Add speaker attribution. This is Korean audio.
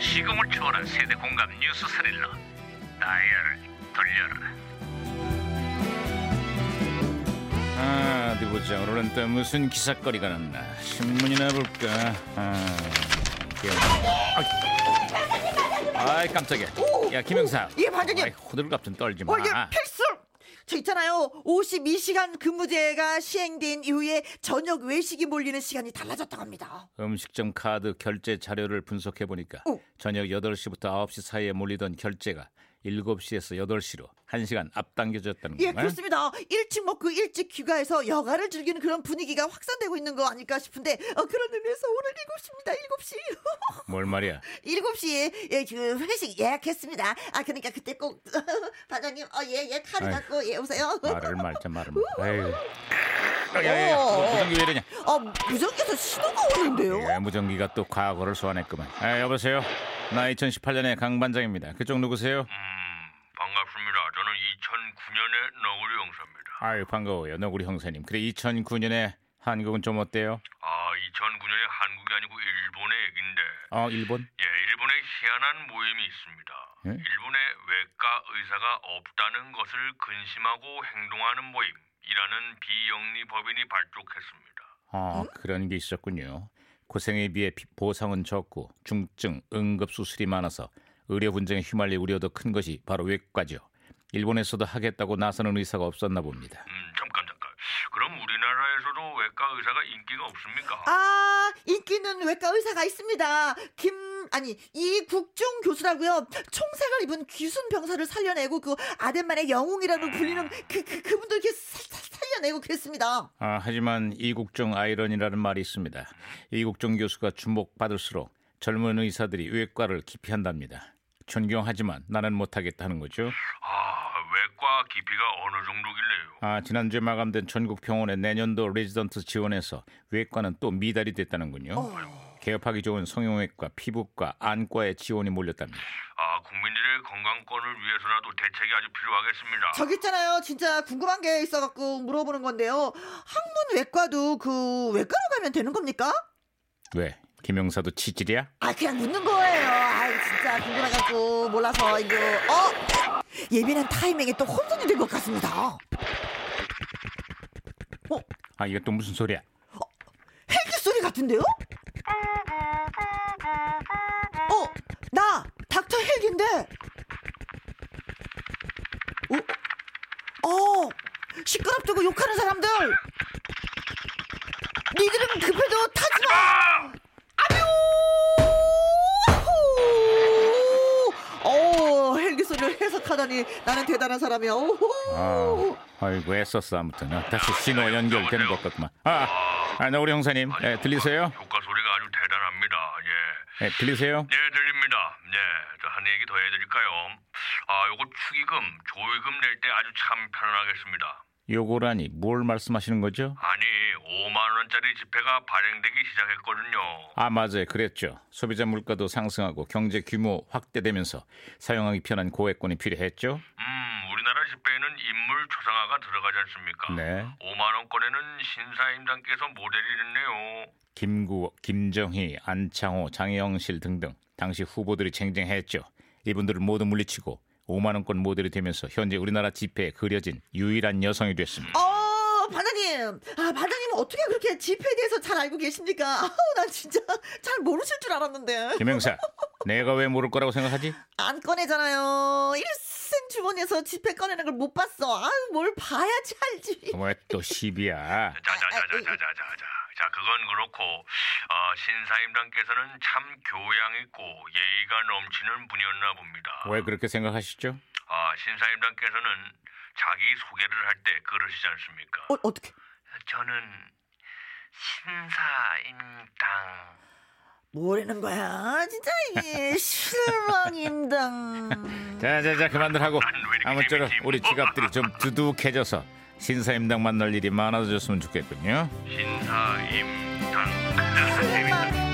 Speaker 1: 시공을 초월한 세대 공감 뉴스 스릴러 다이얼을 돌려라 아 어디 보자 오늘은 또 무슨 기사거리가 났나 신문이나 볼까 아 이게 아이 깜짝이야 야 김영사
Speaker 2: 예, 반장님.
Speaker 1: 아이, 호들갑 좀 떨지 마
Speaker 2: 어, 이게 필수! 저 있잖아요. 52시간 근무제가 시행된 이후에 저녁 외식이 몰리는 시간이 달라졌다고 합니다.
Speaker 1: 음식점 카드 결제 자료를 분석해 보니까
Speaker 2: 오.
Speaker 1: 저녁 8시부터 9시 사이에 몰리던 결제가 7시에서 8시로 1시간 앞당겨졌다는
Speaker 2: 예,
Speaker 1: 거야.
Speaker 2: 그렇습니다. 일찍 먹고 일찍 귀가해서 여가를 즐기는 그런 분위기가 확산되고 있는 거 아닐까 싶은데 어, 그런 의미에서 오늘 7시입니다. 7시.
Speaker 1: 뭘 말이야?
Speaker 2: 7시에 예, 그 회식 예약했습니다. 아, 그러니까 그때 꼭 반장님 어, 예, 예, 카드
Speaker 1: 아이고.
Speaker 2: 갖고 예, 오세요.
Speaker 1: 말을 말자 말을 말. 에휴. 아, 야, 야, 야. 어, 무전기 왜 이러냐?
Speaker 2: 어, 무전기에서 신호가 오는데요.
Speaker 1: 예, 무전기가 또 과거를 소환했구만. 아, 여보세요. 나 2018년의 강 반장입니다. 그쪽 누구세요?
Speaker 3: 음, 반갑습니다. 저는 2009년의 너구리 형사입니다.
Speaker 1: 아유 반가워요, 너구리 형사님. 그래 2009년에 한국은 좀 어때요?
Speaker 3: 아, 2009년에 한국이 아니고 일본의 얘긴데.
Speaker 1: 어 일본?
Speaker 3: 예, 일본에 희한한 모임이 있습니다.
Speaker 1: 예?
Speaker 3: 일본에 외과 의사가 없다는 것을 근심하고 행동하는 모임이라는 비영리 법인이 발족했습니다.
Speaker 1: 아 그런 게 있었군요. 고생에 비해 비- 보상은 적고 중증 응급 수술이 많아서 의료 분쟁에 휘말릴 우려도 큰 것이 바로 외과죠. 일본에서도 하겠다고 나서는 의사가 없었나 봅니다.
Speaker 3: 음, 잠깐 잠깐. 그럼 우리나라에서도 외과 의사가 인기가 없습니까?
Speaker 2: 아 인기는 외과 의사가 있습니다. 김 아니 이국종 교수라고요. 총상을 입은 귀순 병사를 살려내고 그 아덴만의 영웅이라고 불리는 그, 그 그분도 이렇게 사- 사- 살려내고 그랬습니다.
Speaker 1: 아, 하지만 이국종 아이러니라는 말이 있습니다. 이국종 교수가 주목받을수록 젊은 의사들이 외과를 기피한답니다. 존경하지만 나는 못하겠다는 거죠.
Speaker 3: 아, 외과 깊이가 어느 정도길래요?
Speaker 1: 아, 지난주에 마감된 전국 병원의 내년도 레지던트 지원에서 외과는 또 미달이 됐다는군요. 개업하기 좋은 성형외과, 피부과, 안과에 지원이 몰렸답니다.
Speaker 3: 아, 국민들의 건강권을 위해서라도 대책이 아주 필요하겠습니다.
Speaker 2: 저기 있잖아요. 진짜 궁금한 게 있어갖고 물어보는 건데요. 항문 외과도 그 외과로 가면 되는 겁니까?
Speaker 1: 왜? 김영사도 치질이야?
Speaker 2: 아 그냥 묻는 거예요. 아 진짜 궁금해갖고 몰라서 이거 어 예민한 타이밍에 또 혼선이 된 것 같습니다. 어
Speaker 1: 아, 이게 또 무슨 소리야?
Speaker 2: 헬기 소리 같은데요? 어, 나 닥터 헬기인데. 어, 어, 시끄럽다고 욕하는 사람들. 니들은 급해도 타지
Speaker 3: 아!
Speaker 2: 마. 아뇨! 아호! 어, 헬기 소리를 해석하다니 나는 대단한 사람이야.
Speaker 1: 아,
Speaker 2: 오호!
Speaker 1: 아이고 애썼어 아무튼 아, 다시 신호 연결되는 것 같구만. 아, 아, 나 우리 형사님
Speaker 3: 아니,
Speaker 1: 예,
Speaker 3: 효과-
Speaker 1: 들리세요?
Speaker 3: 효과 소리가 아주 대단합니다. 예.
Speaker 1: 예, 들리세요?
Speaker 3: 네, 들립니다. 네, 저한 얘기 더 해드릴까요? 아, 요거 축의금, 조의금 낼 때 아주 참 편안하겠습니다.
Speaker 1: 요거라니 뭘 말씀하시는 거죠?
Speaker 3: 아니, 5만 원짜리 지폐가 발행되기 시작했거든요.
Speaker 1: 아 맞아요 그랬죠 소비자 물가도 상승하고 경제 규모 확대되면서 사용하기 편한 고액권이 필요했죠
Speaker 3: 음, 우리나라 지폐에는 인물 초상화가 들어가지 않습니까?
Speaker 1: 네.
Speaker 3: 5만 원권에는 신사임당께서 모델이 됐네요.
Speaker 1: 김구, 김정희, 안창호, 장영실 등등 당시 후보들이 쟁쟁했죠 이분들을 모두 물리치고 5만원권 모델이 되면서 현재 우리나라 지폐에 그려진 유일한 여성이 됐습니다
Speaker 2: 어, 반장님. 아, 반장님은 어떻게 그렇게 지폐에 대해서 잘 알고 계십니까? 아우, 난 진짜 잘 모르실 줄 알았는데.
Speaker 1: 김영사 내가 왜 모를 거라고 생각하지?
Speaker 2: 안 꺼내잖아요. 일생 주머니에서 지폐 꺼내는 걸 못 봤어. 아유, 뭘 봐야지 알지.
Speaker 1: 왜 또 시비야
Speaker 3: 자자자자자자자자. 자, 그건 그렇고 아, 신사임당께서는 참 교양 있고 예의가 넘치는 분이었나 봅니다.
Speaker 1: 왜 그렇게 생각하시죠?
Speaker 3: 아, 신사임당께서는 자기 소개를 할 때 그러시지 않습니까?
Speaker 2: 어, 어떻게?
Speaker 3: 저는 신사임당.
Speaker 2: 뭐라는 거야? 진짜 이게 실망인당.
Speaker 1: 자자자 그만들 하고
Speaker 3: 난왜 이렇게
Speaker 1: 아무쪼록
Speaker 3: 재밌지?
Speaker 1: 우리 지갑들이 좀 두둑해져서 신사임당 만날 일이 많아졌으면 좋겠군요
Speaker 3: 신사임당.
Speaker 2: 실망.